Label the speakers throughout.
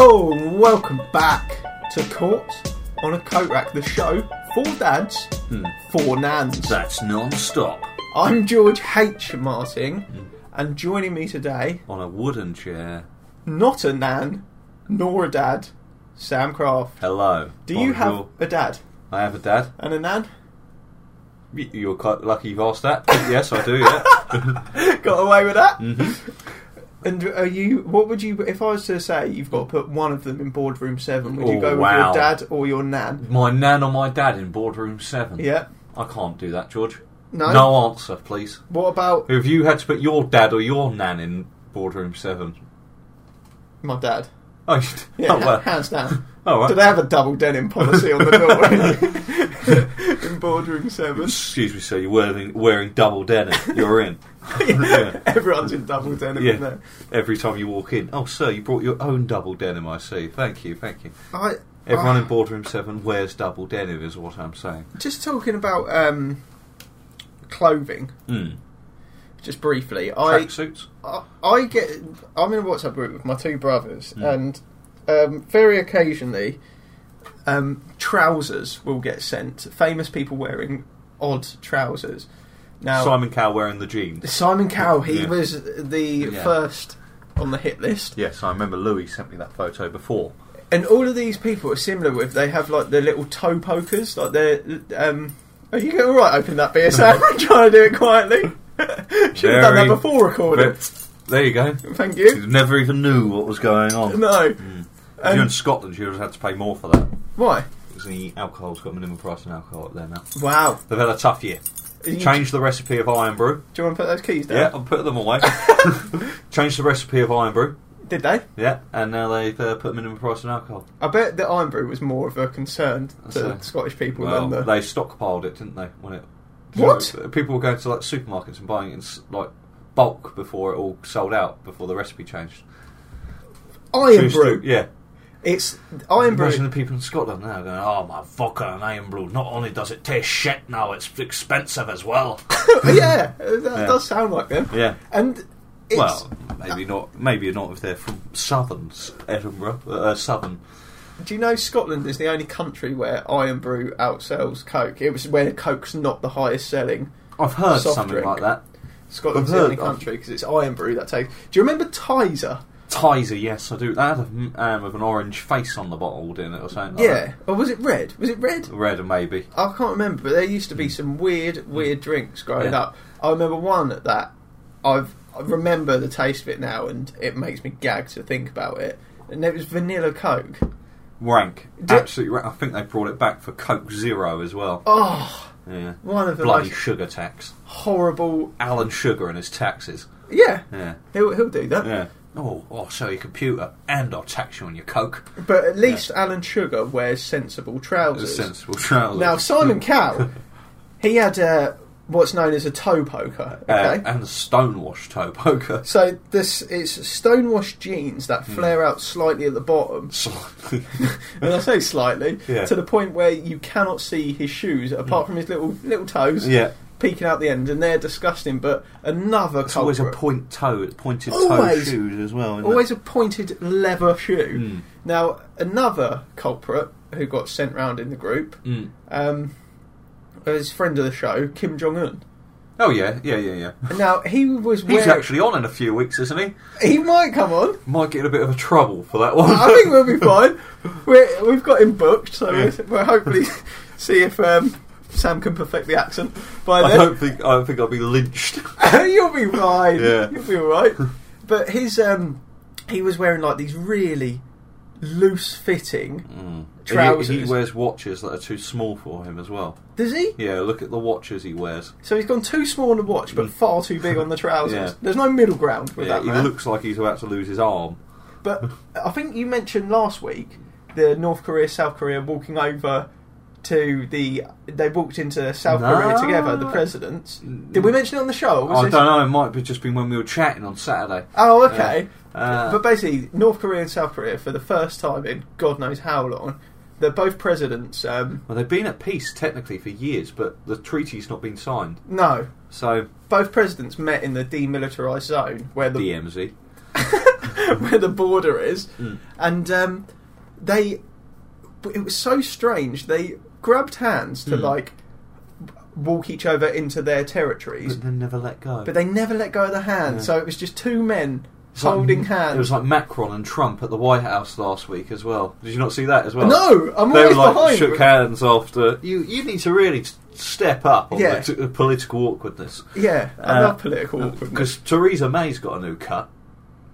Speaker 1: Oh, welcome back to Court on a Coat Rack, the show for dads,
Speaker 2: Hmm.
Speaker 1: for nans.
Speaker 2: That's non-stop
Speaker 1: I'm George H. Martin, and joining me today,
Speaker 2: on a wooden chair.
Speaker 1: not a nan nor a dad, Sam Craft.
Speaker 2: Hello.
Speaker 1: Do you have
Speaker 2: Bonjour.
Speaker 1: a dad
Speaker 2: I have a dad.
Speaker 1: and a nan?
Speaker 2: Y- You're quite lucky you've asked that. yes, I do. Yeah.
Speaker 1: got away with that.
Speaker 2: Mm-hmm.
Speaker 1: And are you? What would you? If I was to say you've got to put one of them in boardroom seven, would you
Speaker 2: Oh,
Speaker 1: go
Speaker 2: wow.
Speaker 1: with your dad or your nan?
Speaker 2: my nan or my dad in boardroom seven.
Speaker 1: Yeah.
Speaker 2: I can't do that, George.
Speaker 1: No?
Speaker 2: answer, please.
Speaker 1: What about
Speaker 2: If you had to put your dad or your nan in boardroom seven,
Speaker 1: my dad?
Speaker 2: oh, you d-
Speaker 1: Yeah,
Speaker 2: oh,
Speaker 1: ha-
Speaker 2: well.
Speaker 1: hands down.
Speaker 2: oh well.
Speaker 1: Do they have a double denim policy on the door in boardroom seven?
Speaker 2: Excuse me, sir. You're wearing wearing double denim. You're in. Yeah.
Speaker 1: Everyone's in double denim
Speaker 2: Yeah.
Speaker 1: in there.
Speaker 2: Every time you walk in, oh sir, you brought your own double denim. I see. Thank you, thank you.
Speaker 1: I,
Speaker 2: Everyone
Speaker 1: I-
Speaker 2: in boardroom seven wears double denim, is what I'm saying.
Speaker 1: Just talking about um, clothing,
Speaker 2: Mm.
Speaker 1: just briefly. I
Speaker 2: Tracksuits.
Speaker 1: I I get. I'm in a WhatsApp group with my two brothers,
Speaker 2: Mm.
Speaker 1: and um, very occasionally, um, trousers will get sent. Famous people wearing odd trousers. Now, Simon,
Speaker 2: Simon Cowell wearing the jeans.
Speaker 1: Cowell, he
Speaker 2: Yeah.
Speaker 1: was the
Speaker 2: Yeah.
Speaker 1: first on the hit list,
Speaker 2: Yes, I remember Louis sent me that photo before.
Speaker 1: and all of these people are similar. With they have like the little toe pokers, like their. Um, are you all right? Open that beer, Sam. I'm trying to do it quietly. Should have done that
Speaker 2: Very-
Speaker 1: before recording.
Speaker 2: There you go.
Speaker 1: Thank
Speaker 2: You
Speaker 1: Oh, you.
Speaker 2: never even knew what was going on. Hmm.
Speaker 1: No.
Speaker 2: If you're
Speaker 1: Um,
Speaker 2: in Scotland, you would have had to pay more for that.
Speaker 1: why?
Speaker 2: Because the alcohol's got minimum price on alcohol up there now.
Speaker 1: Wow.
Speaker 2: They've had a tough year.
Speaker 1: You-
Speaker 2: Changed the recipe of iron brew.
Speaker 1: Do you want to put those keys down?
Speaker 2: Yeah, I'll put them away. Changed the recipe of iron brew.
Speaker 1: Did they?
Speaker 2: Yeah, and now they've uh, put minimum price on alcohol.
Speaker 1: I bet that Iron Brew was more of a concern to
Speaker 2: So-
Speaker 1: Scottish people
Speaker 2: Well,
Speaker 1: than the.
Speaker 2: they stockpiled it, didn't they? When it uh,
Speaker 1: What?
Speaker 2: people were going to like supermarkets and buying it in s- like bulk before it all sold out before the recipe changed.
Speaker 1: Iron
Speaker 2: Choose
Speaker 1: Brew!
Speaker 2: to- yeah.
Speaker 1: It's. Iron
Speaker 2: Imagine
Speaker 1: Brew.
Speaker 2: the people in Scotland now going, "Oh my vodka and iron brew! Not only does it taste shit now, it's expensive as well."
Speaker 1: yeah, that
Speaker 2: Yeah.
Speaker 1: does sound like them.
Speaker 2: yeah.
Speaker 1: And it's.
Speaker 2: well, maybe not. Maybe not if they're from southern S- Edinburgh, uh, southern.
Speaker 1: Do you know Scotland is the only country where Iron Brew outsells Coke? It was where Coke's not the highest selling.
Speaker 2: I've heard
Speaker 1: Soft
Speaker 2: something
Speaker 1: drink.
Speaker 2: like that.
Speaker 1: Scotland's the
Speaker 2: heard
Speaker 1: only
Speaker 2: of-
Speaker 1: country because it's Iron Brew that takes. Do you remember Tizer?
Speaker 2: Tizer, yes, I do. They had a man with an orange face on the bottle, didn't it, or something? Like
Speaker 1: yeah. Or was it red? Was it red?
Speaker 2: that? red, maybe.
Speaker 1: I can't remember, but there used to be some weird, weird drinks growing
Speaker 2: Yeah.
Speaker 1: up. I remember one that I've I remember the taste of it now, and it makes me gag to think about it. And it was vanilla Coke.
Speaker 2: Rank,
Speaker 1: Do-
Speaker 2: absolutely rank. I think they brought it back for Coke Zero as well.
Speaker 1: Oh,
Speaker 2: Yeah,
Speaker 1: one of the
Speaker 2: bloody
Speaker 1: most
Speaker 2: sugar tax.
Speaker 1: horrible.
Speaker 2: Alan Sugar and his taxes.
Speaker 1: Yeah,
Speaker 2: Yeah,
Speaker 1: he'll he'll do that.
Speaker 2: yeah. Oh, I'll sell your computer and I'll tax you on your Coke.
Speaker 1: But at least Alan Sugar wears sensible
Speaker 2: It's a
Speaker 1: trousers.
Speaker 2: sensible trousers.
Speaker 1: Now Simon Cowell, he had uh, what's known as a toe poker.
Speaker 2: Uh,
Speaker 1: Okay.
Speaker 2: and a stonewash toe poker.
Speaker 1: so this it's stonewashed jeans that
Speaker 2: Hmm.
Speaker 1: flare out slightly at the bottom,
Speaker 2: Slightly.
Speaker 1: and I say slightly
Speaker 2: Yeah.
Speaker 1: to the point where you cannot see his shoes apart from his little little toes
Speaker 2: yeah.
Speaker 1: peeking out the end, and they're disgusting. But another
Speaker 2: It's always a
Speaker 1: culprit-
Speaker 2: point toe, pointed toe
Speaker 1: Always.
Speaker 2: shoes as well. isn't it?
Speaker 1: always a pointed leather shoe.
Speaker 2: Mm.
Speaker 1: Now another culprit who got sent round in the group
Speaker 2: Mm.
Speaker 1: um, was friend of the show Kim Jong Un.
Speaker 2: Oh yeah, yeah, yeah, yeah.
Speaker 1: Now he was
Speaker 2: He's
Speaker 1: wearing.
Speaker 2: actually on in a few weeks, isn't he?
Speaker 1: He might come on.
Speaker 2: Might get in a bit of a trouble for that one.
Speaker 1: I think we'll be fine. We're, we've got him booked, so
Speaker 2: Yeah.
Speaker 1: we'll, we'll hopefully see if um, Sam can perfect the accent by
Speaker 2: I
Speaker 1: then.
Speaker 2: don't think I don't think I'll be lynched.
Speaker 1: You'll be fine.
Speaker 2: Yeah.
Speaker 1: You'll be all right. But his um, he was wearing like these really loose fitting.
Speaker 2: Mm.
Speaker 1: Trousers.
Speaker 2: He, he wears watches that are too small for him as well.
Speaker 1: Does he?
Speaker 2: Yeah, look at the watches he wears.
Speaker 1: So he's gone too small on the watch, but far too big on the trousers.
Speaker 2: Yeah.
Speaker 1: There's no middle ground with
Speaker 2: Yeah,
Speaker 1: that
Speaker 2: he
Speaker 1: man.
Speaker 2: looks like he's about to lose his arm.
Speaker 1: but I think you mentioned last week the North Korea South Korea walking over to the they walked into South
Speaker 2: No.
Speaker 1: Korea together. The presidents. Did we mention it on the show? Or Oh, was
Speaker 2: I
Speaker 1: this-
Speaker 2: don't know. It might have just been when we were chatting on Saturday.
Speaker 1: Oh, okay.
Speaker 2: Uh,
Speaker 1: But basically, North Korea and South Korea, for the first time in God knows how long, they're both presidents. Um,
Speaker 2: well, they've been at peace technically for years, but the treaty's not been signed.
Speaker 1: no,
Speaker 2: So
Speaker 1: both presidents met in the demilitarized zone where the
Speaker 2: DMZ. Hmm.
Speaker 1: where the border is, and um, they but it was so strange. They grabbed hands to
Speaker 2: Hmm.
Speaker 1: like walk each other into their territories,
Speaker 2: But then never let go.
Speaker 1: but they never let go of the hand.
Speaker 2: Yeah.
Speaker 1: So it was just two men
Speaker 2: It's like-
Speaker 1: holding hands.
Speaker 2: It was like Macron and Trump at the White House last week as well. Did you not see that as well?
Speaker 1: no, I'm
Speaker 2: they were
Speaker 1: always
Speaker 2: like
Speaker 1: behind.
Speaker 2: shook hands after. You you need to really s- step up on
Speaker 1: Yeah.
Speaker 2: the, t- the political awkwardness.
Speaker 1: Yeah, I
Speaker 2: Uh,
Speaker 1: love political awkwardness.
Speaker 2: Because Theresa May's got a new cut.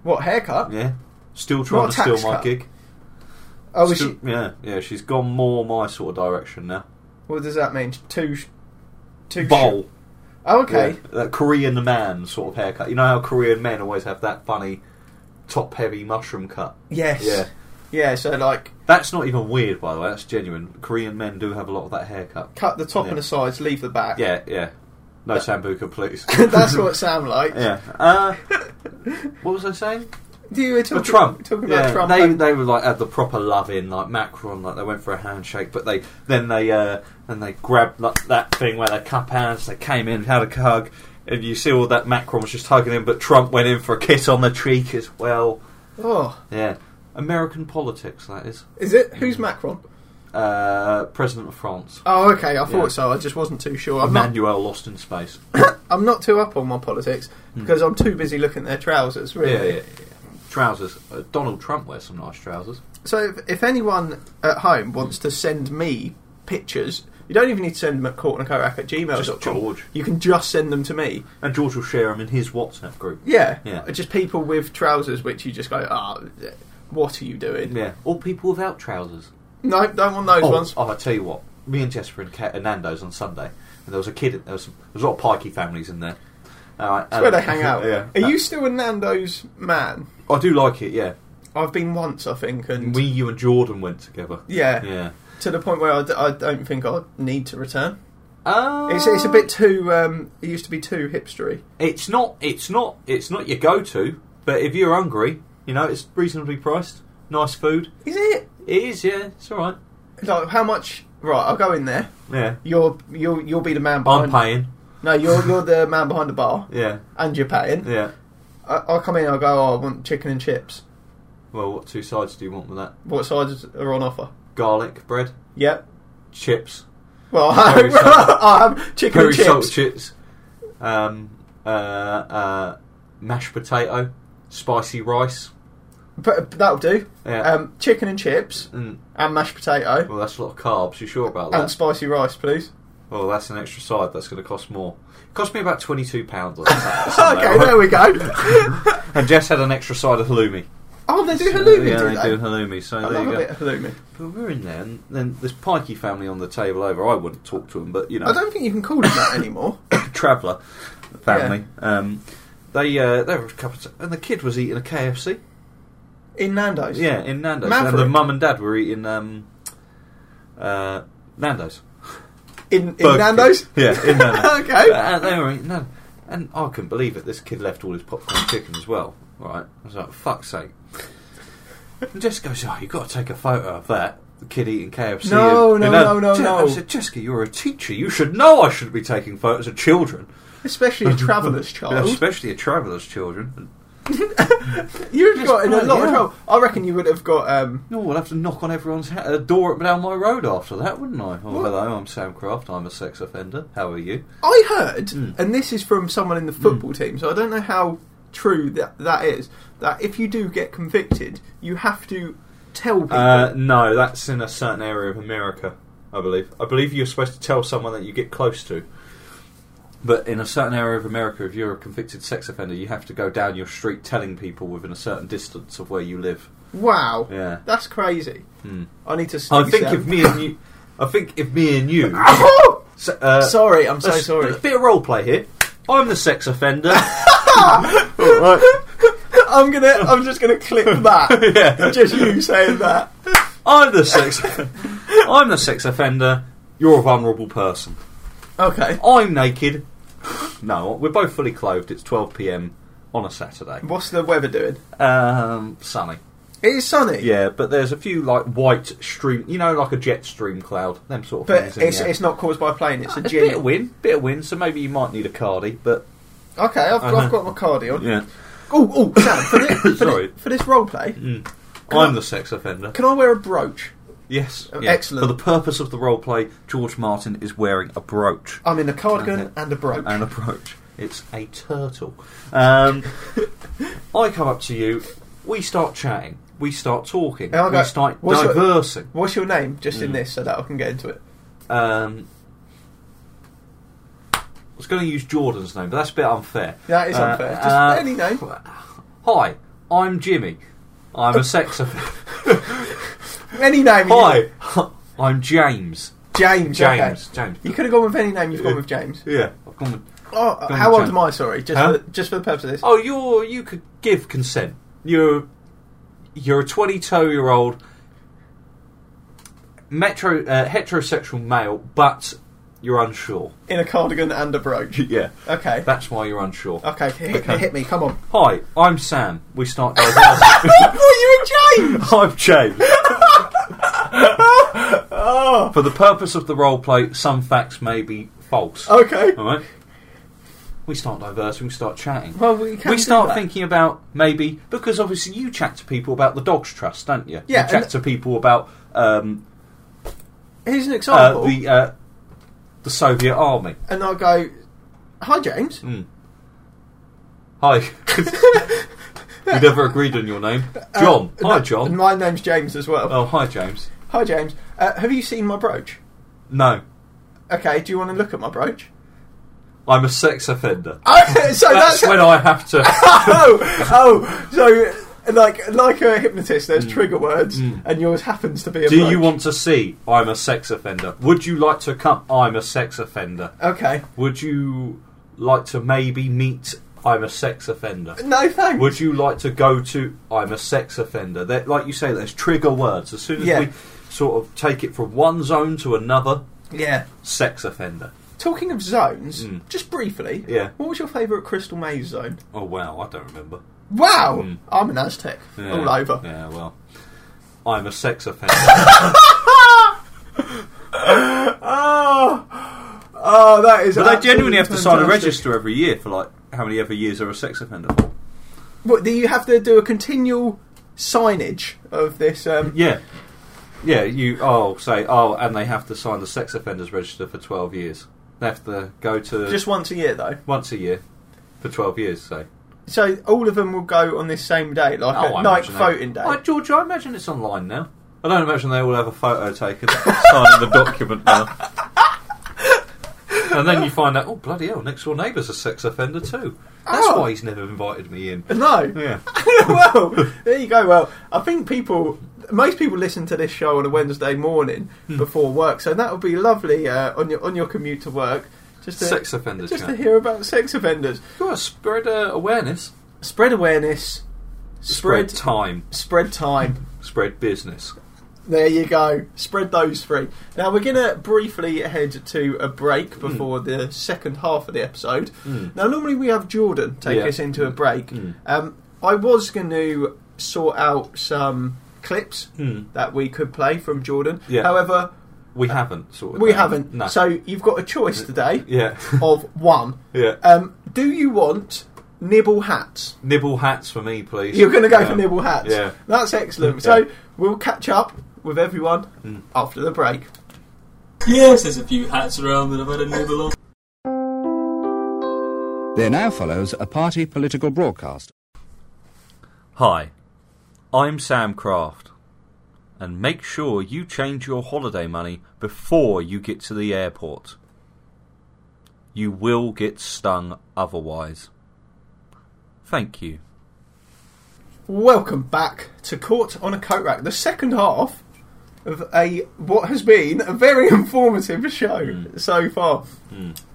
Speaker 1: What haircut?
Speaker 2: Yeah, still trying
Speaker 1: Not a
Speaker 2: to steal
Speaker 1: tax
Speaker 2: my
Speaker 1: cut.
Speaker 2: gig.
Speaker 1: Oh, is
Speaker 2: Still-
Speaker 1: she,
Speaker 2: yeah, yeah. She's gone more my sort of direction now.
Speaker 1: what does that mean? Two, sh- two. sh-
Speaker 2: Bowl.
Speaker 1: oh, okay.
Speaker 2: Yeah, that Korean man sort of haircut. You know how Korean men always have that funny top-heavy mushroom cut.
Speaker 1: Yes.
Speaker 2: Yeah.
Speaker 1: Yeah, So like,
Speaker 2: That's not even weird, by the way. That's genuine. Korean men do have a lot of that haircut.
Speaker 1: cut the top
Speaker 2: Yeah.
Speaker 1: and the sides, leave the back.
Speaker 2: Yeah, yeah. No sambuca, please.
Speaker 1: That's what Sam likes.
Speaker 2: Yeah. Uh, what was I saying?
Speaker 1: You were
Speaker 2: Oh,
Speaker 1: talking,
Speaker 2: Trump.
Speaker 1: talking about
Speaker 2: Yeah,
Speaker 1: Trump.
Speaker 2: They
Speaker 1: and-
Speaker 2: they were like had the proper love in like Macron. Like they went for a handshake, but they then they uh, then they grabbed like, that thing where they cup hands. They came in, had a hug, and you see all that Macron was just hugging him, but Trump went in for a kiss on the cheek as well.
Speaker 1: oh,
Speaker 2: Yeah. American politics, that is.
Speaker 1: is it? Who's Macron?
Speaker 2: Uh, President of France.
Speaker 1: Oh, okay. I thought
Speaker 2: Yeah.
Speaker 1: so. I just wasn't too sure. I'm not,
Speaker 2: Emmanuel lost in space.
Speaker 1: I'm not too up on my politics because I'm too busy looking at their trousers. Really.
Speaker 2: Yeah, Hmm. yeah, yeah. Trousers. Uh, Donald Trump wears some nice trousers.
Speaker 1: So if, if anyone at home wants to send me pictures, you don't even need to send them at courtandcorack at
Speaker 2: Just
Speaker 1: gmail.com.
Speaker 2: George.
Speaker 1: You can just send them to me.
Speaker 2: And George will share them in his WhatsApp group.
Speaker 1: Yeah.
Speaker 2: Yeah.
Speaker 1: Just people with trousers which you just go, ah, what are you doing?
Speaker 2: Yeah. Or people without trousers.
Speaker 1: No, don't want those
Speaker 2: Oh,
Speaker 1: ones.
Speaker 2: oh, I tell you what. Me and Jessica and Kat and Nando's on Sunday, and there was a kid. There was, some, there was a lot of pikey families in there. Alright,
Speaker 1: That's
Speaker 2: and-
Speaker 1: where they hang out.
Speaker 2: yeah. Uh,
Speaker 1: Are you still a Nando's man?
Speaker 2: I do like it. Yeah.
Speaker 1: I've been once, I think, and
Speaker 2: Me, you, and Jordan went together.
Speaker 1: yeah,
Speaker 2: Yeah.
Speaker 1: to the point where I, d- I don't think I need to return.
Speaker 2: Uh,
Speaker 1: It's, it's a bit too. Um, it used to be too hipstery.
Speaker 2: It's not. It's not. It's not your go-to. But if you're hungry, you know it's reasonably priced. Nice food.
Speaker 1: Is it?
Speaker 2: It is. Yeah. It's all right.
Speaker 1: Like how much? Right, I'll go in there.
Speaker 2: Yeah.
Speaker 1: You're you'll you'll be the man
Speaker 2: I'm
Speaker 1: behind.
Speaker 2: paying.
Speaker 1: No, you're you're the man behind the bar,
Speaker 2: Yeah.
Speaker 1: and you're paying.
Speaker 2: Yeah.
Speaker 1: I, I'll come in. I'll go. Oh, I want chicken and chips.
Speaker 2: Well, what two sides do you want with that?
Speaker 1: What sides are on offer?
Speaker 2: Garlic bread,
Speaker 1: Yep.
Speaker 2: chips,
Speaker 1: Well, I,
Speaker 2: Very salt-
Speaker 1: have chicken
Speaker 2: curry
Speaker 1: and chips.
Speaker 2: salt chips, um, uh, uh, mashed potato, spicy rice.
Speaker 1: But but that'll do.
Speaker 2: Yeah. Mm.
Speaker 1: Um, chicken and chips
Speaker 2: and,
Speaker 1: and mashed potato
Speaker 2: well, that's a lot of carbs. You sure about
Speaker 1: and
Speaker 2: that?
Speaker 1: spicy rice, please.
Speaker 2: Well, that's an extra side. That's going to cost more. It cost me about twenty-two pounds. on Saturday, Sunday,
Speaker 1: okay,
Speaker 2: right?
Speaker 1: there we go.
Speaker 2: And Jess had an extra side of halloumi.
Speaker 1: oh, they do halloumi,
Speaker 2: yeah,
Speaker 1: do
Speaker 2: they
Speaker 1: they?
Speaker 2: do halloumi. So
Speaker 1: I
Speaker 2: there
Speaker 1: love
Speaker 2: you
Speaker 1: a
Speaker 2: go.
Speaker 1: bit of halloumi.
Speaker 2: But we're in there, and then this Pikey family on the table over. I wouldn't talk to them, but you know,
Speaker 1: I don't think you can call them that anymore.
Speaker 2: traveller family. Um, they uh, they were a couple, of, and the kid was eating a KFC.
Speaker 1: In Nando's.
Speaker 2: Yeah, in Nando's, and the
Speaker 1: Maverick.
Speaker 2: mum and dad were eating um, uh, Nando's.
Speaker 1: In, in
Speaker 2: Burger
Speaker 1: Nando's?
Speaker 2: King. Yeah, in Nando's.
Speaker 1: Okay.
Speaker 2: Uh, they were eating Nando's. And I couldn't believe it. This kid left all his popcorn chicken as well. Right? I was like, fuck's sake. And Jessica goes, oh, you've got to take a photo of that. The kid eating KFC.
Speaker 1: No,
Speaker 2: and-
Speaker 1: no,
Speaker 2: and
Speaker 1: no, no,
Speaker 2: Je-
Speaker 1: no.
Speaker 2: I said, Jessica, you're a teacher. You should know I should be taking photos of children.
Speaker 1: Especially a traveller's child.
Speaker 2: Especially a traveller's children.
Speaker 1: You'd have got in a
Speaker 2: quite-
Speaker 1: lot of
Speaker 2: yeah.
Speaker 1: trouble. I reckon you would have got. Um,
Speaker 2: No, I'll have to knock on everyone's ha- uh, door down my road after that, wouldn't I? Oh, hello, I'm Sam Craft. I'm a sex offender. How are you?
Speaker 1: I heard,
Speaker 2: Mm.
Speaker 1: and this is from someone
Speaker 2: Hmm.
Speaker 1: in the football team, so I don't know how true that that is. That if you do get convicted, you have to tell people.
Speaker 2: Uh, no, that's in a certain area of America, I believe. I believe you're supposed to tell someone that you get close to. But in a certain area of America, if you're a convicted sex offender, you have to go down your street telling people within a certain distance of where you live.
Speaker 1: wow,
Speaker 2: Yeah.
Speaker 1: that's crazy.
Speaker 2: Hmm.
Speaker 1: I need to.
Speaker 2: I
Speaker 1: sneeze
Speaker 2: think
Speaker 1: then.
Speaker 2: if me and you, I think if me and you, s- uh,
Speaker 1: sorry, I'm so
Speaker 2: let's-
Speaker 1: sorry.
Speaker 2: A bit of role play here. I'm the sex offender.
Speaker 1: I'm gonna. I'm just gonna clip that.
Speaker 2: yeah.
Speaker 1: just you saying that.
Speaker 2: I'm the sex. I'm the sex offender. You're a vulnerable person.
Speaker 1: Okay.
Speaker 2: I'm naked. No, we're both fully clothed. It's 12 p.m. on a Saturday.
Speaker 1: What's the weather doing?
Speaker 2: Um, sunny.
Speaker 1: It is sunny.
Speaker 2: Yeah, but there's a few like white stream, you know, like a jet stream cloud, them sort of
Speaker 1: But it's,
Speaker 2: things. in the air.
Speaker 1: it's not caused by a plane. It's a
Speaker 2: It's
Speaker 1: gym.
Speaker 2: bit of wind, bit of wind. So maybe you might need a cardi, but
Speaker 1: Okay, I've,
Speaker 2: Uh-huh.
Speaker 1: I've got my cardi on.
Speaker 2: yeah.
Speaker 1: Oh, oh, Sam, for this, for,
Speaker 2: Sorry.
Speaker 1: this, for this role play,
Speaker 2: Mm.
Speaker 1: Can
Speaker 2: I'm
Speaker 1: I-
Speaker 2: the sex offender.
Speaker 1: Can I wear a brooch?
Speaker 2: Yes.
Speaker 1: Oh,
Speaker 2: yeah.
Speaker 1: excellent.
Speaker 2: For the purpose of the role play, George Martin is wearing a brooch.
Speaker 1: I'm in a cardigan
Speaker 2: Okay.
Speaker 1: and a brooch.
Speaker 2: An approach. It's a turtle. Um, I come up to you. We start chatting. We start talking.
Speaker 1: And I go,
Speaker 2: we start
Speaker 1: "What's your-
Speaker 2: diversing.
Speaker 1: What's your name? Just in
Speaker 2: Mm.
Speaker 1: this, so that I can get into it.
Speaker 2: Um, I was going to use Jordan's name, but that's a bit unfair.
Speaker 1: That is
Speaker 2: Uh,
Speaker 1: unfair. Just
Speaker 2: uh,
Speaker 1: any name.
Speaker 2: Hi, I'm Jimmy. I'm a sex offender.
Speaker 1: Any name. you-
Speaker 2: Hi, I'm James.
Speaker 1: James. okay.
Speaker 2: James. James.
Speaker 1: You could have gone with any name. You've gone with James.
Speaker 2: Yeah, I've gone with
Speaker 1: Oh,
Speaker 2: Go on,
Speaker 1: how old
Speaker 2: James.
Speaker 1: am I? Sorry, just
Speaker 2: Huh?
Speaker 1: for, just for the purpose of this.
Speaker 2: Oh, you're you could give consent. You're you're a 22 year old metro uh, heterosexual male, but you're unsure.
Speaker 1: In a cardigan and a brooch.
Speaker 2: Yeah, Uh,
Speaker 1: Okay.
Speaker 2: that's why you're unsure.
Speaker 1: okay. Hit,
Speaker 2: Okay.
Speaker 1: Me, hit me. Come on.
Speaker 2: Hi, I'm Sam. We start. Diverging.
Speaker 1: I thought you were James.
Speaker 2: I'm James.
Speaker 1: Oh.
Speaker 2: For the purpose of the role play, some facts may be false.
Speaker 1: Okay.
Speaker 2: All right. We start diversing. We start chatting.
Speaker 1: Well, we can
Speaker 2: we
Speaker 1: do
Speaker 2: start
Speaker 1: that.
Speaker 2: thinking about maybe because obviously you chat to people about the dogs trust, don't you?
Speaker 1: Yeah,
Speaker 2: you chat
Speaker 1: and-
Speaker 2: to people about um,
Speaker 1: Here's an
Speaker 2: uh,
Speaker 1: example,
Speaker 2: the uh, the Soviet army.
Speaker 1: and I go, "Hi, James."
Speaker 2: Mm. Hi, we never agreed on your name, John.
Speaker 1: Uh,
Speaker 2: hi,
Speaker 1: no,
Speaker 2: John.
Speaker 1: My name's James as well.
Speaker 2: oh, hi, James.
Speaker 1: Hi, James. Uh, have you seen my brooch?
Speaker 2: No,
Speaker 1: Okay. Do you want to look at my brooch?
Speaker 2: I'm a sex offender.
Speaker 1: Oh, so
Speaker 2: that's,
Speaker 1: that's,
Speaker 2: when I have to.
Speaker 1: oh, oh, so like like a hypnotist, there's trigger words, and yours happens to be a.
Speaker 2: Mm. Do
Speaker 1: brooch.
Speaker 2: you want to see? I'm a sex offender. Would you like to come? I'm a sex offender.
Speaker 1: Okay.
Speaker 2: Would you like to maybe meet? I'm a sex offender.
Speaker 1: No thanks.
Speaker 2: Would you like to go to? I'm a sex offender. they like you say, there's trigger words. As soon as
Speaker 1: Yeah.
Speaker 2: we sort of take it from one zone to another,
Speaker 1: yeah.
Speaker 2: sex offender.
Speaker 1: Talking of zones,
Speaker 2: Mm.
Speaker 1: just briefly.
Speaker 2: Yeah.
Speaker 1: What was your favourite Crystal Maze zone?
Speaker 2: Oh wow, I don't remember.
Speaker 1: Wow,
Speaker 2: Mm.
Speaker 1: I'm an Aztec
Speaker 2: Yeah.
Speaker 1: all over.
Speaker 2: Yeah, well, I'm a sex offender.
Speaker 1: Oh, oh, that is.
Speaker 2: but they
Speaker 1: absolutely
Speaker 2: genuinely have to sign a
Speaker 1: fantastic.
Speaker 2: register every year for like how many ever years they're a sex offender for.
Speaker 1: What do you have to do a continual signage of this? Um,
Speaker 2: Yeah. Yeah, you oh say oh, and they have to sign the sex offenders register for twelve years. They have to go to
Speaker 1: Just once a year, though.
Speaker 2: once a year for twelve years. Say
Speaker 1: So all of them will go on this same day, like
Speaker 2: oh,
Speaker 1: a
Speaker 2: I
Speaker 1: night
Speaker 2: imagine they-
Speaker 1: voting day.
Speaker 2: Oh, George, I imagine it's online now. I don't imagine they all have a photo taken signing the document now. And then you find out, oh bloody hell, next door neighbour's a sex offender too. That's
Speaker 1: Oh.
Speaker 2: why he's never invited me in.
Speaker 1: No.
Speaker 2: Yeah.
Speaker 1: well, there you go. Well, I think people, most people listen to this show on a Wednesday morning
Speaker 2: Hmm.
Speaker 1: before work, so that would be lovely uh, on your on your commute to work. Just to,
Speaker 2: Sex offender
Speaker 1: just to
Speaker 2: chat.
Speaker 1: hear about sex offenders,
Speaker 2: You've got to spread uh, awareness.
Speaker 1: spread awareness, spread
Speaker 2: spread time.
Speaker 1: spread time.
Speaker 2: Spread business.
Speaker 1: There you go. Spread those three. Now we're going to briefly head to a
Speaker 2: Hmm.
Speaker 1: break before the second half of the episode.
Speaker 2: Mm.
Speaker 1: Now normally we have Jordan take
Speaker 2: Yeah.
Speaker 1: us into a break.
Speaker 2: Mm.
Speaker 1: Um, I was going to sort out some clips
Speaker 2: Mm.
Speaker 1: that we could play from Jordan.
Speaker 2: Yeah.
Speaker 1: However,
Speaker 2: We haven't sort of.
Speaker 1: we
Speaker 2: done.
Speaker 1: haven't.
Speaker 2: No. Uh,
Speaker 1: So you've got a choice today
Speaker 2: yeah,
Speaker 1: of one.
Speaker 2: yeah.
Speaker 1: Um, do you want nibble hats?
Speaker 2: nibble hats for me, please.
Speaker 1: You're going to go for
Speaker 2: Um,
Speaker 1: nibble hats.
Speaker 2: Yeah.
Speaker 1: That's excellent.
Speaker 2: Yeah.
Speaker 1: So we'll catch up with everyone
Speaker 2: Mm.
Speaker 1: after the break.
Speaker 3: Yes, there's a few hats around that I've had a nibble on.
Speaker 4: There now follows a party political broadcast.
Speaker 2: Hi, I'm Sam Craft, and make sure you change your holiday money before you get to the airport. You will get stung otherwise. Thank you.
Speaker 1: Welcome back to Court on a Coat Rack, the second half of a what has been a very informative show
Speaker 2: Hmm.
Speaker 1: so far.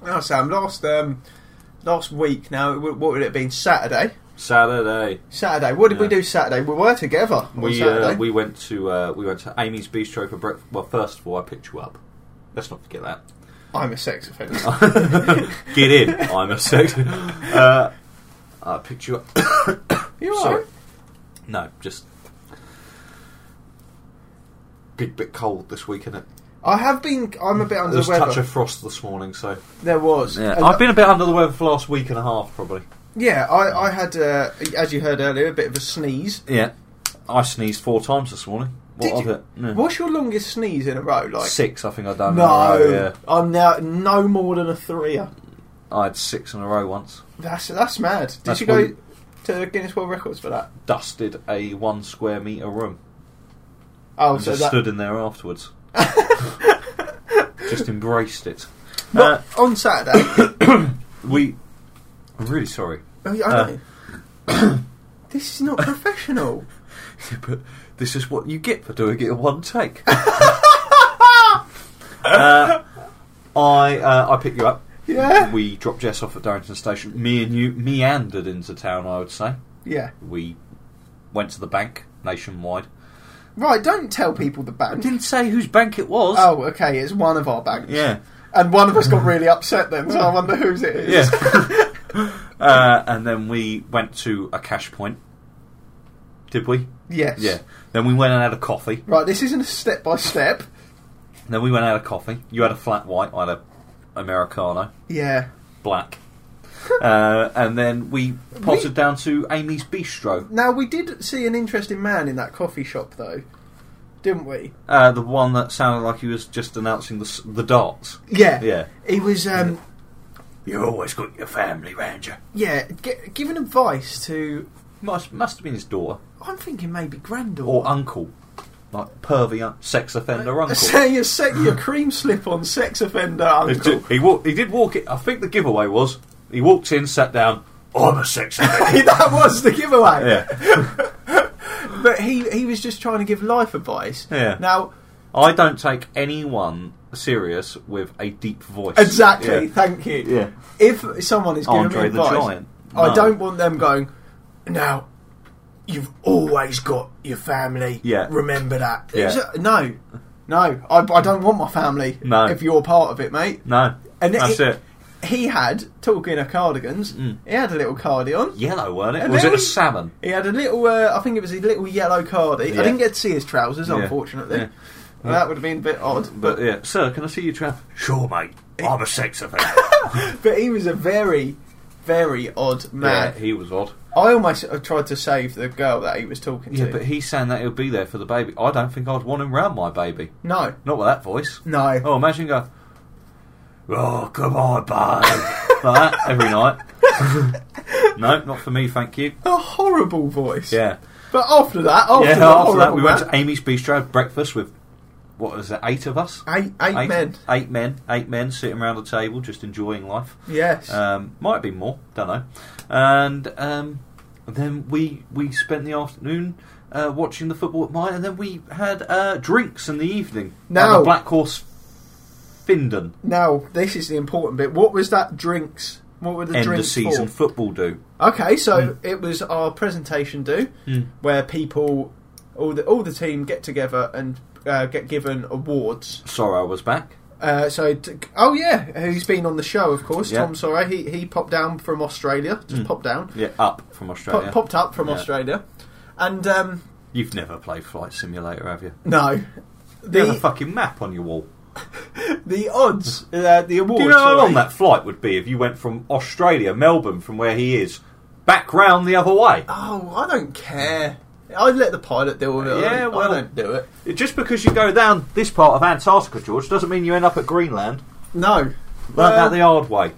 Speaker 1: Now, Sam, last um, last week, now w- what would it have been? Saturday.
Speaker 2: Saturday,
Speaker 1: Saturday. What did we
Speaker 2: Yeah.
Speaker 1: do Saturday? We were together on
Speaker 2: we
Speaker 1: Saturday.
Speaker 2: uh, we went to uh, we went to Amy's Bistro for breakfast. Well, first of all, I picked you up. Let's not forget that.
Speaker 1: I'm a sex offender.
Speaker 2: Get in. I'm a sex. Uh, I picked you up.
Speaker 1: you all
Speaker 2: Sorry.
Speaker 1: right?
Speaker 2: No, just big bit cold this week, isn't it?
Speaker 1: I have been. I'm a bit under
Speaker 2: There's
Speaker 1: the
Speaker 2: a
Speaker 1: weather.
Speaker 2: touch of frost this morning, so
Speaker 1: there was. And
Speaker 2: I've been a bit under the weather for the last week and a half, probably.
Speaker 1: Yeah, I, I had, uh, as you heard earlier, a bit of a sneeze.
Speaker 2: Yeah, I sneezed four times this morning. What
Speaker 1: Did
Speaker 2: of
Speaker 1: you-
Speaker 2: it? Yeah.
Speaker 1: What's your longest sneeze in a row? Like
Speaker 2: Six, I think I'd done.
Speaker 1: No,
Speaker 2: in a row, yeah.
Speaker 1: I'm now no more than a three.
Speaker 2: I had six in a row once.
Speaker 1: That's that's mad. Did
Speaker 2: That's
Speaker 1: you go
Speaker 2: one-
Speaker 1: to Guinness World Records for that?
Speaker 2: Dusted a one square meter room.
Speaker 1: Oh,
Speaker 2: and
Speaker 1: so
Speaker 2: just
Speaker 1: that.
Speaker 2: stood in there afterwards. just embraced it. Uh,
Speaker 1: But on Saturday,
Speaker 2: We. I'm really sorry,
Speaker 1: I mean, I
Speaker 2: Uh.
Speaker 1: know. this is not professional.
Speaker 2: but this is what you get for doing it in one take. uh, I uh, I pick you up.
Speaker 1: Yeah.
Speaker 2: We dropped Jess off at Darrington Station. Me and you meandered into town. I would say
Speaker 1: Yeah.
Speaker 2: we went to the bank nationwide.
Speaker 1: Right. Don't tell people the
Speaker 2: I
Speaker 1: bank.
Speaker 2: didn't say whose bank it was.
Speaker 1: Oh, okay. It's one of our banks.
Speaker 2: yeah.
Speaker 1: And one of us got really upset then, so I wonder whose it is.
Speaker 2: Yeah. uh, and then we went to a cash point. Did we?
Speaker 1: Yes.
Speaker 2: Yeah. Then we went and had a coffee.
Speaker 1: Right. This isn't a step by step.
Speaker 2: Then we went and had a coffee. You had a flat white. I had a Americano,
Speaker 1: Yeah.
Speaker 2: black. uh, and then we potted down to Amy's Bistro,
Speaker 1: Now we did see an interesting man in that coffee shop, though, didn't we?
Speaker 2: uh, the one that sounded like he was just announcing the, s- the darts.
Speaker 1: Yeah.
Speaker 2: Yeah.
Speaker 1: He was. Um,
Speaker 2: You always got your family round you.
Speaker 1: Yeah, g- giving advice to.
Speaker 2: Must must have been his daughter
Speaker 1: I'm thinking maybe granddaughter.
Speaker 2: or uncle, like pervy un- sex offender uncle.
Speaker 1: Uh, Say your, se- your cream slip on sex offender uncle.
Speaker 2: He walked. He did walk it. I think the giveaway was he walked in, sat down. I'm a sex offender.
Speaker 1: that was the giveaway.
Speaker 2: yeah,
Speaker 1: But he, he was just trying to give life advice.
Speaker 2: Yeah.
Speaker 1: Now,
Speaker 2: I don't take anyone serious with a deep voice.
Speaker 1: exactly,
Speaker 2: Yeah.
Speaker 1: thank you.
Speaker 2: Yeah.
Speaker 1: If someone is giving
Speaker 2: Andre
Speaker 1: me
Speaker 2: the
Speaker 1: advice,
Speaker 2: Giant. No.
Speaker 1: I don't want them going, now, you've always got your family.
Speaker 2: Yeah.
Speaker 1: Remember that.
Speaker 2: Yeah.
Speaker 1: It's- No. No, I, I don't want my family
Speaker 2: No.
Speaker 1: if you're part of it, mate.
Speaker 2: No,
Speaker 1: And
Speaker 2: that's
Speaker 1: it-
Speaker 2: it,
Speaker 1: he had talking of cardigans.
Speaker 2: Mm.
Speaker 1: He had a little cardi on.
Speaker 2: Yellow, weren't it?
Speaker 1: And
Speaker 2: Was
Speaker 1: then
Speaker 2: it a
Speaker 1: we-
Speaker 2: salmon?
Speaker 1: He had a little. Uh, I think it was a little yellow cardi.
Speaker 2: Yeah.
Speaker 1: I didn't get to see his trousers,
Speaker 2: Yeah.
Speaker 1: unfortunately.
Speaker 2: Yeah.
Speaker 1: Well, That would have been a bit odd.
Speaker 2: But yeah, sir, can I see you trap? Sure, mate. I'm a sex offender.
Speaker 1: But he was a very, very odd
Speaker 2: yeah,
Speaker 1: man.
Speaker 2: he was odd.
Speaker 1: I almost uh, tried to save the girl that he was talking
Speaker 2: Yeah,
Speaker 1: to.
Speaker 2: but he's saying that he'll be there for the baby. I don't think I'd want him round my baby.
Speaker 1: no,
Speaker 2: Not with that voice.
Speaker 1: no.
Speaker 2: Oh, imagine go. Oh, come on, babe. like that every night. no, not for me, thank you.
Speaker 1: A horrible voice.
Speaker 2: Yeah,
Speaker 1: But after that, after,
Speaker 2: yeah.
Speaker 1: the
Speaker 2: After that,
Speaker 1: horrible
Speaker 2: we went
Speaker 1: man-
Speaker 2: to Amy's Bistro, had breakfast with what was it? Eight of us.
Speaker 1: eight, eight, men.
Speaker 2: Eight men. Eight men sitting around a table, just enjoying life.
Speaker 1: Yes.
Speaker 2: Um, might be more. Don't know. And um, then we we spent the afternoon. Uh, watching the football at mine, and then we had uh, drinks in the evening.
Speaker 1: Now-
Speaker 2: at the Black Horse Findon.
Speaker 1: now this is the important bit. What was that drinks? What were the
Speaker 2: end of
Speaker 1: drinks
Speaker 2: season
Speaker 1: for?
Speaker 2: football do.
Speaker 1: Okay, so
Speaker 2: Hmm.
Speaker 1: it was our presentation do,
Speaker 2: Mm.
Speaker 1: where people, all the all the team get together and uh, get given awards.
Speaker 2: Sorry, I was back.
Speaker 1: Uh, so, t- oh yeah, who's been on the show? Of course,
Speaker 2: Yeah.
Speaker 1: Tom Sawyer. He he popped down from Australia, just popped down,
Speaker 2: Yeah, up from
Speaker 1: pop,
Speaker 2: Australia.
Speaker 1: popped up from
Speaker 2: Yeah.
Speaker 1: Australia, and um,
Speaker 2: You've never played Flight Simulator, have you?
Speaker 1: no,
Speaker 2: You have a
Speaker 1: the
Speaker 2: fucking map on your wall.
Speaker 1: the odds, uh, the awards.
Speaker 2: Do you know how
Speaker 1: sorry.
Speaker 2: long that flight would be if you went from Australia, Melbourne, from where he is, back round the other way?
Speaker 1: Oh, I don't care. I'd let the pilot deal with it. I
Speaker 2: Yeah,
Speaker 1: don't-
Speaker 2: well-
Speaker 1: I don't do it.
Speaker 2: Just because you go down this part of Antarctica, George, doesn't mean you end up at Greenland.
Speaker 1: No.
Speaker 2: Learn
Speaker 1: Well-
Speaker 2: that the hard way.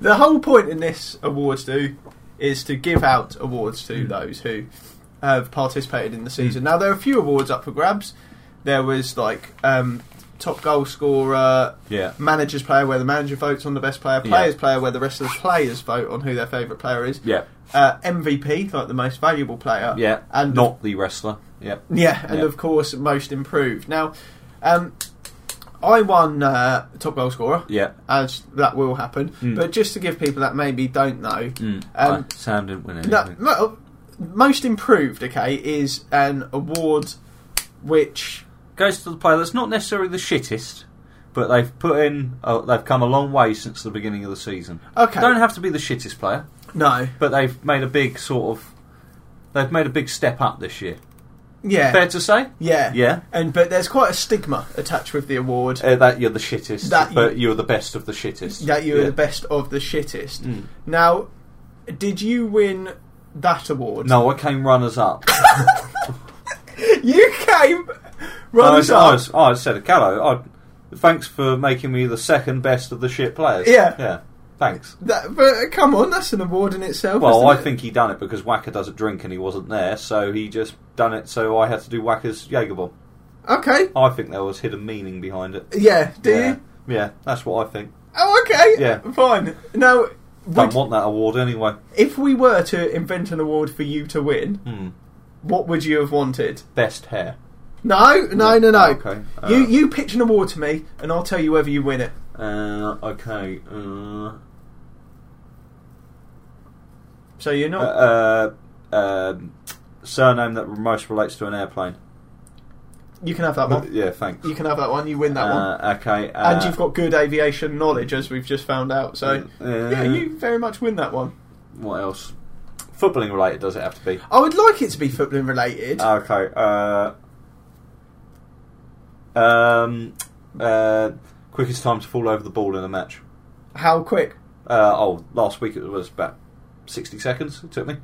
Speaker 1: The whole point in this awards do is to give out awards
Speaker 2: Hmm.
Speaker 1: to those who have participated in the season. Now there are a few awards up for grabs. There was like um, top goal scorer,
Speaker 2: Yeah.
Speaker 1: managers player where the manager votes on the best player,
Speaker 2: Yeah.
Speaker 1: players player where the rest of the players vote on who their favourite player is,
Speaker 2: Yeah.
Speaker 1: uh, MVP like the most valuable player,
Speaker 2: Yeah.
Speaker 1: and
Speaker 2: not the wrestler. Yeah.
Speaker 1: yeah, and
Speaker 2: Yeah.
Speaker 1: of course most improved. Now, um, I won uh, top goal scorer
Speaker 2: Yeah.
Speaker 1: as that will happen.
Speaker 2: Mm.
Speaker 1: But just to give people that maybe don't know,
Speaker 2: Mm.
Speaker 1: Um,
Speaker 2: I- Sam didn't win anything.
Speaker 1: no, mo- most improved, okay, is an award which
Speaker 2: goes to the player that's not necessarily the shittest, but they've put in, uh, they've come a long way since the beginning of the season.
Speaker 1: Okay.
Speaker 2: don't have to be the shittest player,
Speaker 1: no,
Speaker 2: but they've made a big sort of, they've made a big step up this year.
Speaker 1: yeah,
Speaker 2: Fair to say,
Speaker 1: yeah,
Speaker 2: Yeah.
Speaker 1: and but there's quite a stigma attached with the award
Speaker 2: uh, that you're the shittest,
Speaker 1: That you-
Speaker 2: but you're the best of the shittest.
Speaker 1: that you are
Speaker 2: Yeah.
Speaker 1: the best of the shittest.
Speaker 2: Mm.
Speaker 1: Now, did you win that award.
Speaker 2: No, I came runners up.
Speaker 1: You came runners
Speaker 2: I,
Speaker 1: up.
Speaker 2: I, was- I said to Callow, I, thanks for making me the second best of the shit players.
Speaker 1: Yeah.
Speaker 2: Yeah. Thanks.
Speaker 1: That, but come on, that's an award in itself.
Speaker 2: Well,
Speaker 1: isn't
Speaker 2: I
Speaker 1: it?
Speaker 2: think he done it because Wacker doesn't drink and he wasn't there, so he just done it so I had to do Wacker's Jagerbomb.
Speaker 1: Okay.
Speaker 2: I think there was hidden meaning behind it.
Speaker 1: Yeah. Do
Speaker 2: yeah.
Speaker 1: you?
Speaker 2: Yeah, that's what I think.
Speaker 1: Oh, okay.
Speaker 2: Yeah.
Speaker 1: Fine. Now,
Speaker 2: Don't
Speaker 1: would,
Speaker 2: want that award anyway.
Speaker 1: if we were to invent an award for you to win,
Speaker 2: Hmm.
Speaker 1: what would you have wanted?
Speaker 2: Best hair.
Speaker 1: No, no, no, no.
Speaker 2: Okay. Uh,
Speaker 1: you you pitch an award to me, and I'll tell you whether you win it.
Speaker 2: Uh, okay. Uh,
Speaker 1: So you're not.
Speaker 2: uh, uh, um, surname that most relates to an airplane.
Speaker 1: you can have that one.
Speaker 2: Yeah, thanks.
Speaker 1: You can have that one. You win that one.
Speaker 2: Uh, okay. Uh,
Speaker 1: And you've got good aviation knowledge, as we've just found out. So
Speaker 2: Uh,
Speaker 1: yeah, you very much win that one.
Speaker 2: What else? Footballing related does it have to be?
Speaker 1: I would like it to be footballing related.
Speaker 2: Okay. Uh, um, uh, quickest time to fall over the ball in a match.
Speaker 1: How quick?
Speaker 2: Uh, oh, last week it was about sixty seconds. It took me.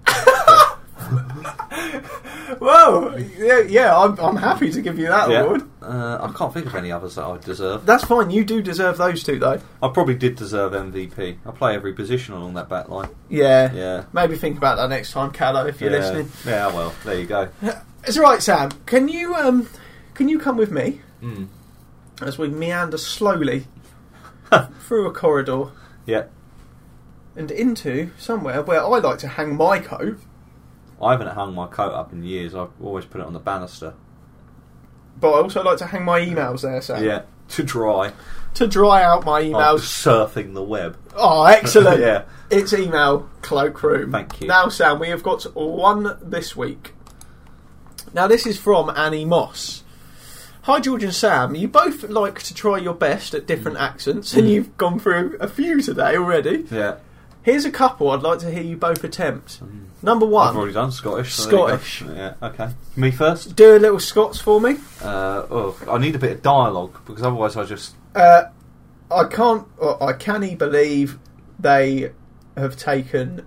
Speaker 1: Whoa! Yeah, yeah I'm, I'm happy to give you that
Speaker 2: yeah.
Speaker 1: award.
Speaker 2: Uh, I can't think of any others that I deserve.
Speaker 1: That's fine. You do deserve those two, though.
Speaker 2: I probably did deserve MVP. I play every position along that back line.
Speaker 1: Yeah.
Speaker 2: Yeah.
Speaker 1: Maybe think about that next time, Callow, if you're
Speaker 2: yeah.
Speaker 1: listening.
Speaker 2: Yeah. Well, there you go.
Speaker 1: It's all right, Sam. Can you um, can you come with me
Speaker 2: Mm.
Speaker 1: as we meander slowly through a corridor
Speaker 2: Yeah.
Speaker 1: and into somewhere where I like to hang my coat,
Speaker 2: I haven't hung my coat up in years. I've always put it on the banister.
Speaker 1: but I also like to hang my emails there, Sam,
Speaker 2: Yeah. To dry.
Speaker 1: to dry out my
Speaker 2: After
Speaker 1: emails.
Speaker 2: surfing the web.
Speaker 1: Oh, excellent!
Speaker 2: yeah.
Speaker 1: It's email cloakroom.
Speaker 2: Thank you.
Speaker 1: Now, Sam, we have got one this week. Now, this is from Annie Moss. Hi, George and Sam. You both like to try your best at
Speaker 2: Mm.
Speaker 1: different accents, and you've gone through a few today already.
Speaker 2: Yeah.
Speaker 1: Here's a couple I'd like to hear you both attempt. Number one,
Speaker 2: Mm. I've already done Scottish. so there you go.
Speaker 1: Scottish.
Speaker 2: Yeah. Okay. Me first.
Speaker 1: do a little Scots for me.
Speaker 2: Uh, oh, I need a bit of dialogue because otherwise I just
Speaker 1: Uh, I can't. Or I canny believe they have taken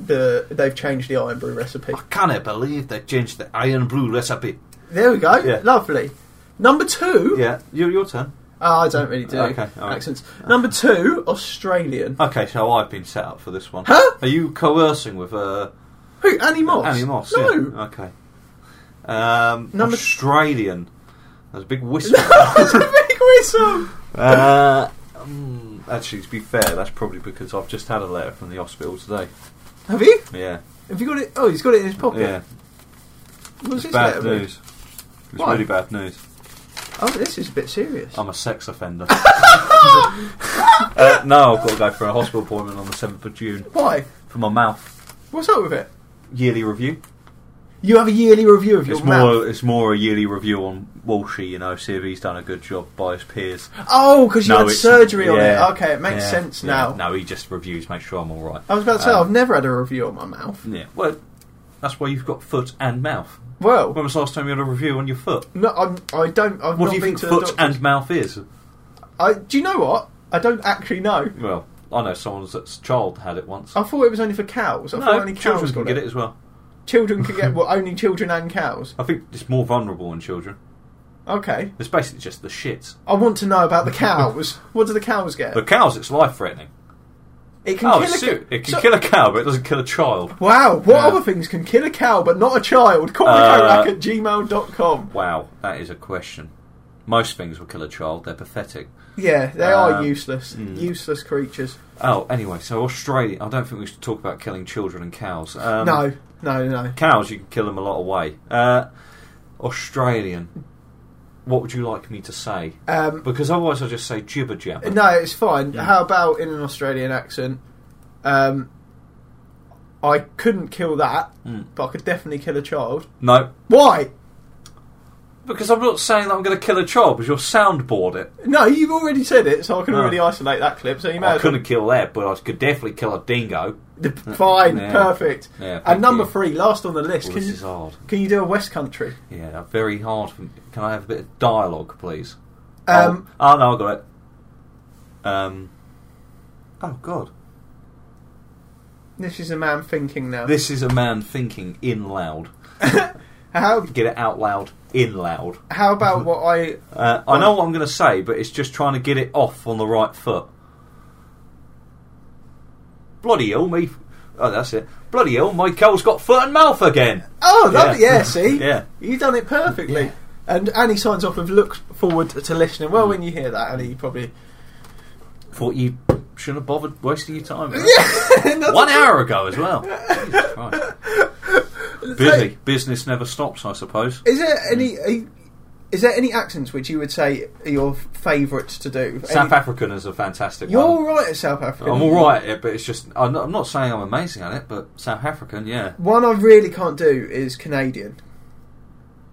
Speaker 1: the. They've changed the iron brew recipe.
Speaker 2: I can't believe they changed the iron brew recipe.
Speaker 1: There we go.
Speaker 2: Yeah.
Speaker 1: Lovely. Number two.
Speaker 2: Yeah. Your your turn.
Speaker 1: Oh, I don't really do
Speaker 2: Okay, all right.
Speaker 1: accents. Number two, Australian.
Speaker 2: Okay. So I've been set up for this one.
Speaker 1: Huh?
Speaker 2: Are you coercing with uh,
Speaker 1: Who? Annie Moss.
Speaker 2: Annie Moss?
Speaker 1: No.
Speaker 2: Yeah. Okay. Um,
Speaker 1: Number-
Speaker 2: Australian. There's a big whistle.
Speaker 1: That's a big whistle.
Speaker 2: uh, um, actually, to be fair, that's probably because I've just had a letter from the hospital today.
Speaker 1: Have you?
Speaker 2: Yeah.
Speaker 1: Have you got it? Oh, he's got it in his pocket.
Speaker 2: Yeah.
Speaker 1: What's this
Speaker 2: Bad
Speaker 1: letter read?
Speaker 2: news. It's
Speaker 1: Why?
Speaker 2: really bad news.
Speaker 1: Oh, this is a bit serious.
Speaker 2: I'm a sex offender. uh, no, I've got to go for a hospital appointment on the 7th of June
Speaker 1: Why?
Speaker 2: for my mouth.
Speaker 1: What's up with it?
Speaker 2: Yearly review.
Speaker 1: You have a yearly review of your
Speaker 2: it's
Speaker 1: mouth.
Speaker 2: more. It's more a yearly review on Walshy. You know, see if he's done a good job by his peers.
Speaker 1: Oh, because you had
Speaker 2: it's-
Speaker 1: surgery
Speaker 2: yeah,
Speaker 1: on it. Okay, it makes
Speaker 2: yeah,
Speaker 1: sense
Speaker 2: yeah.
Speaker 1: now.
Speaker 2: No, he just reviews, make sure I'm all right.
Speaker 1: I was about to say
Speaker 2: Um,
Speaker 1: I've never had a review on my mouth.
Speaker 2: Yeah. Well, that's why you've got foot and mouth. When
Speaker 1: Well,
Speaker 2: was the last time you had a review on your foot?
Speaker 1: no, I'm, I don't. I've
Speaker 2: What
Speaker 1: not
Speaker 2: do
Speaker 1: been
Speaker 2: you think
Speaker 1: to
Speaker 2: foot
Speaker 1: the doctor.
Speaker 2: and mouth is?
Speaker 1: I, do you know what? I don't actually know.
Speaker 2: Well, I know someone's that's child had it once.
Speaker 1: I thought it was only for cows. I thought
Speaker 2: no,
Speaker 1: only
Speaker 2: children
Speaker 1: cows
Speaker 2: can
Speaker 1: Oh, got
Speaker 2: get it as well.
Speaker 1: Children can get well, only children and cows.
Speaker 2: I think it's more vulnerable in children.
Speaker 1: Okay,
Speaker 2: It's basically just the shits.
Speaker 1: I want to know about the cows. what do the cows get?
Speaker 2: The cows, it's life threatening.
Speaker 1: It can
Speaker 2: Oh,
Speaker 1: kill
Speaker 2: it's
Speaker 1: a
Speaker 2: ser- it can
Speaker 1: so-
Speaker 2: kill a cow, but it doesn't kill a child.
Speaker 1: Wow, what
Speaker 2: Yeah.
Speaker 1: other things can kill a cow but not a child? Call
Speaker 2: Uh,
Speaker 1: uh, at gmail.com.
Speaker 2: Wow, that is a question. Most things will kill a child. They're pathetic.
Speaker 1: Yeah, they
Speaker 2: um,
Speaker 1: are useless. Useless creatures.
Speaker 2: Oh, anyway, so Australia. I don't think we should talk about killing children and cows. Um,
Speaker 1: no, no, no.
Speaker 2: cows you can kill them a lot of way. Uh, Australian. What would you like me to say?
Speaker 1: Um,
Speaker 2: Because otherwise, I just say jibber jabber.
Speaker 1: no, it's fine. How about in an Australian accent? Um, I couldn't kill that,
Speaker 2: Hmm.
Speaker 1: but I could definitely kill a child.
Speaker 2: No,
Speaker 1: Why?
Speaker 2: because I'm not saying that I'm going to kill a child. Because you'll soundboard it.
Speaker 1: No, you've already said it, so I can already isolate that clip. So you may
Speaker 2: Oh. I
Speaker 1: as well
Speaker 2: couldn't kill that, but I could definitely kill a dingo.
Speaker 1: Fine,
Speaker 2: Yeah.
Speaker 1: perfect.
Speaker 2: Yeah, thank
Speaker 1: and number
Speaker 2: you.
Speaker 1: three, last on the list.
Speaker 2: Oh,
Speaker 1: can,
Speaker 2: this
Speaker 1: you,
Speaker 2: is hard.
Speaker 1: can you do a West Country?
Speaker 2: Yeah, very hard. For me. Can I have a bit of dialogue, please?
Speaker 1: Um,
Speaker 2: oh, oh, no, I got it. Um, oh God,
Speaker 1: This is a man thinking now.
Speaker 2: This is a man thinking in loud.
Speaker 1: How
Speaker 2: Get it out loud, in loud.
Speaker 1: how about what I?
Speaker 2: Uh, I know what I'm going to say, but it's just trying to get it off on the right foot. Bloody hell, me. Oh, that's it. Bloody hell, my cole's got foot and mouth again.
Speaker 1: Oh, that,
Speaker 2: Yeah.
Speaker 1: yeah. See,
Speaker 2: Yeah.
Speaker 1: you done it perfectly. And Annie signs off with looks forward to listening. Well,
Speaker 2: Hmm.
Speaker 1: when you hear that, Annie, you probably
Speaker 2: Thought you shouldn't have bothered wasting your time. with that.
Speaker 1: yeah.
Speaker 2: One hour ago as well. Jesus Christ. Busy. Business never stops, I suppose.
Speaker 1: Is there any? a- Is there any accents which you would say are your favourites to do?
Speaker 2: South
Speaker 1: Any-
Speaker 2: African is a fantastic
Speaker 1: You're
Speaker 2: one.
Speaker 1: all right at South Africa.
Speaker 2: I'm all right at it, but it's just I'm not, I'm not saying I'm amazing at it, but South African, yeah.
Speaker 1: One I really can't do is Canadian.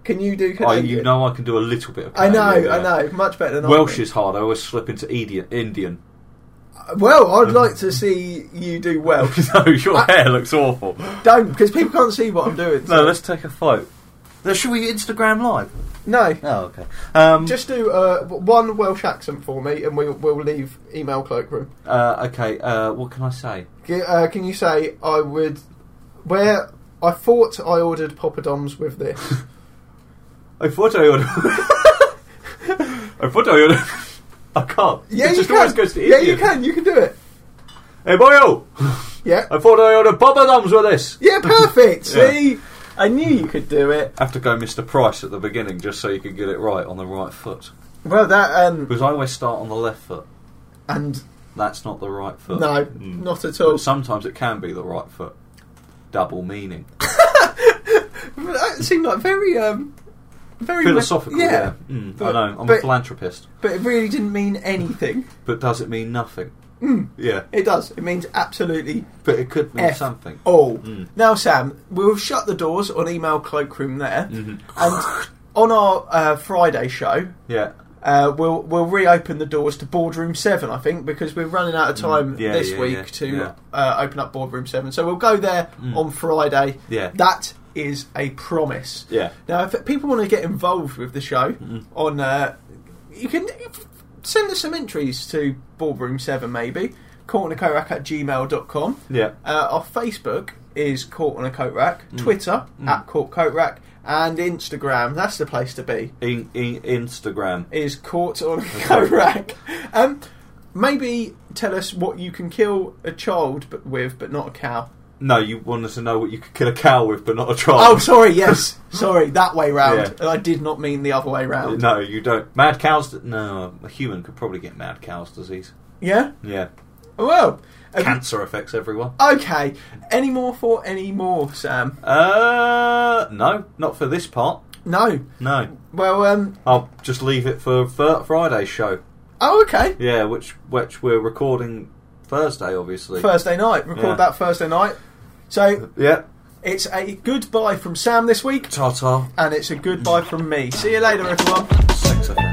Speaker 1: Can you do
Speaker 2: I,
Speaker 1: Canadian?
Speaker 2: Oh, you know, I can do a little bit of.
Speaker 1: I know,
Speaker 2: Canadian, yeah.
Speaker 1: I know. Much better than I
Speaker 2: Welsh
Speaker 1: do.
Speaker 2: is hard. I always slip into Indian. Indian.
Speaker 1: Well,
Speaker 2: Mm.
Speaker 1: I'd like to see you do Welsh.
Speaker 2: no, your hair looks awful.
Speaker 1: Don't, because people can't see what I'm doing.
Speaker 2: No,
Speaker 1: so-
Speaker 2: let's take a photo. No, Should we Instagram live?
Speaker 1: no.
Speaker 2: Oh, okay. Um,
Speaker 1: Just do uh, w- one Welsh accent for me, and we'll we'll leave email cloakroom.
Speaker 2: uh, okay. Uh, what can I say?
Speaker 1: G- Uh, can you say I would where I thought I ordered poppadoms with this?
Speaker 2: I thought I ordered. I thought I ordered. I can't.
Speaker 1: Yeah,
Speaker 2: it
Speaker 1: you
Speaker 2: just
Speaker 1: can.
Speaker 2: always goes to
Speaker 1: yeah,
Speaker 2: Indian.
Speaker 1: you can. You can do it.
Speaker 2: Hey, oh, boyo!
Speaker 1: Yeah.
Speaker 2: I thought I ordered poppadoms with this.
Speaker 1: Yeah, perfect.
Speaker 2: Yeah.
Speaker 1: See, I knew you could do it.
Speaker 2: have to go Mr. Price at the beginning just so you can get it right on the right foot.
Speaker 1: Well, that um,
Speaker 2: Because I always start on the left foot.
Speaker 1: and
Speaker 2: That's not the right foot.
Speaker 1: no,
Speaker 2: Mm.
Speaker 1: not at all.
Speaker 2: But sometimes it can be the right foot. Double meaning.
Speaker 1: That seemed like very um, very
Speaker 2: Philosophical, yeah. Mm,
Speaker 1: But-
Speaker 2: I know. I'm
Speaker 1: but-
Speaker 2: a philanthropist.
Speaker 1: but it really didn't mean anything.
Speaker 2: But does it mean nothing? Yeah.
Speaker 1: It does. It means absolutely
Speaker 2: But it could mean
Speaker 1: Mm. F Oh.
Speaker 2: something.
Speaker 1: all.
Speaker 2: Mm.
Speaker 1: Now, Sam, we'll shut the doors on email cloakroom there,
Speaker 2: Mhm.
Speaker 1: and on our uh, Friday show.
Speaker 2: Yeah.
Speaker 1: Uh, we'll we'll reopen the doors to boardroom seven, I think, because we're running out of time
Speaker 2: Mm, yeah,
Speaker 1: this
Speaker 2: yeah,
Speaker 1: week
Speaker 2: yeah,
Speaker 1: to
Speaker 2: yeah.
Speaker 1: Uh, open up boardroom seven. So we'll go there
Speaker 2: Mm.
Speaker 1: on Friday.
Speaker 2: Yeah.
Speaker 1: That is a promise.
Speaker 2: Yeah. Mm-hmm.
Speaker 1: Now, if people want to get involved with the show, on uh, you can send us some entries to boardroom seven, maybe courtonacorack at gmail.com.
Speaker 2: Yeah. Mm.
Speaker 1: Uh, our Facebook is Court on a Coat Rack, Twitter at Court Coat Rack, and Instagram. That's the place to be.
Speaker 2: In, in Instagram.
Speaker 1: Is Court on a Coat Rack. Um, maybe tell us what you can kill a child but with, but not a cow.
Speaker 2: No, you want us to know what you could kill a cow with, but not a troll.
Speaker 1: Oh, sorry. Yes, sorry. That way round.
Speaker 2: Yeah.
Speaker 1: I did not mean the other way round.
Speaker 2: No, you don't. Mad cows. No, a human could probably get mad cow's disease.
Speaker 1: Yeah.
Speaker 2: Yeah.
Speaker 1: Well. have you-
Speaker 2: Cancer affects everyone.
Speaker 1: Okay. Any more for any more, Sam?
Speaker 2: Uh, no, not for this part.
Speaker 1: No.
Speaker 2: No,
Speaker 1: Well. Um.
Speaker 2: I'll just leave it for Fir- Friday's show.
Speaker 1: Oh, okay.
Speaker 2: Yeah, which which we're recording Thursday, obviously.
Speaker 1: Thursday night. Record
Speaker 2: Yeah.
Speaker 1: that Thursday night. So
Speaker 2: yeah.
Speaker 1: It's a goodbye from Sam this week,
Speaker 2: Ta ta.
Speaker 1: and it's a goodbye from me. See you later, everyone.
Speaker 2: Sex offender.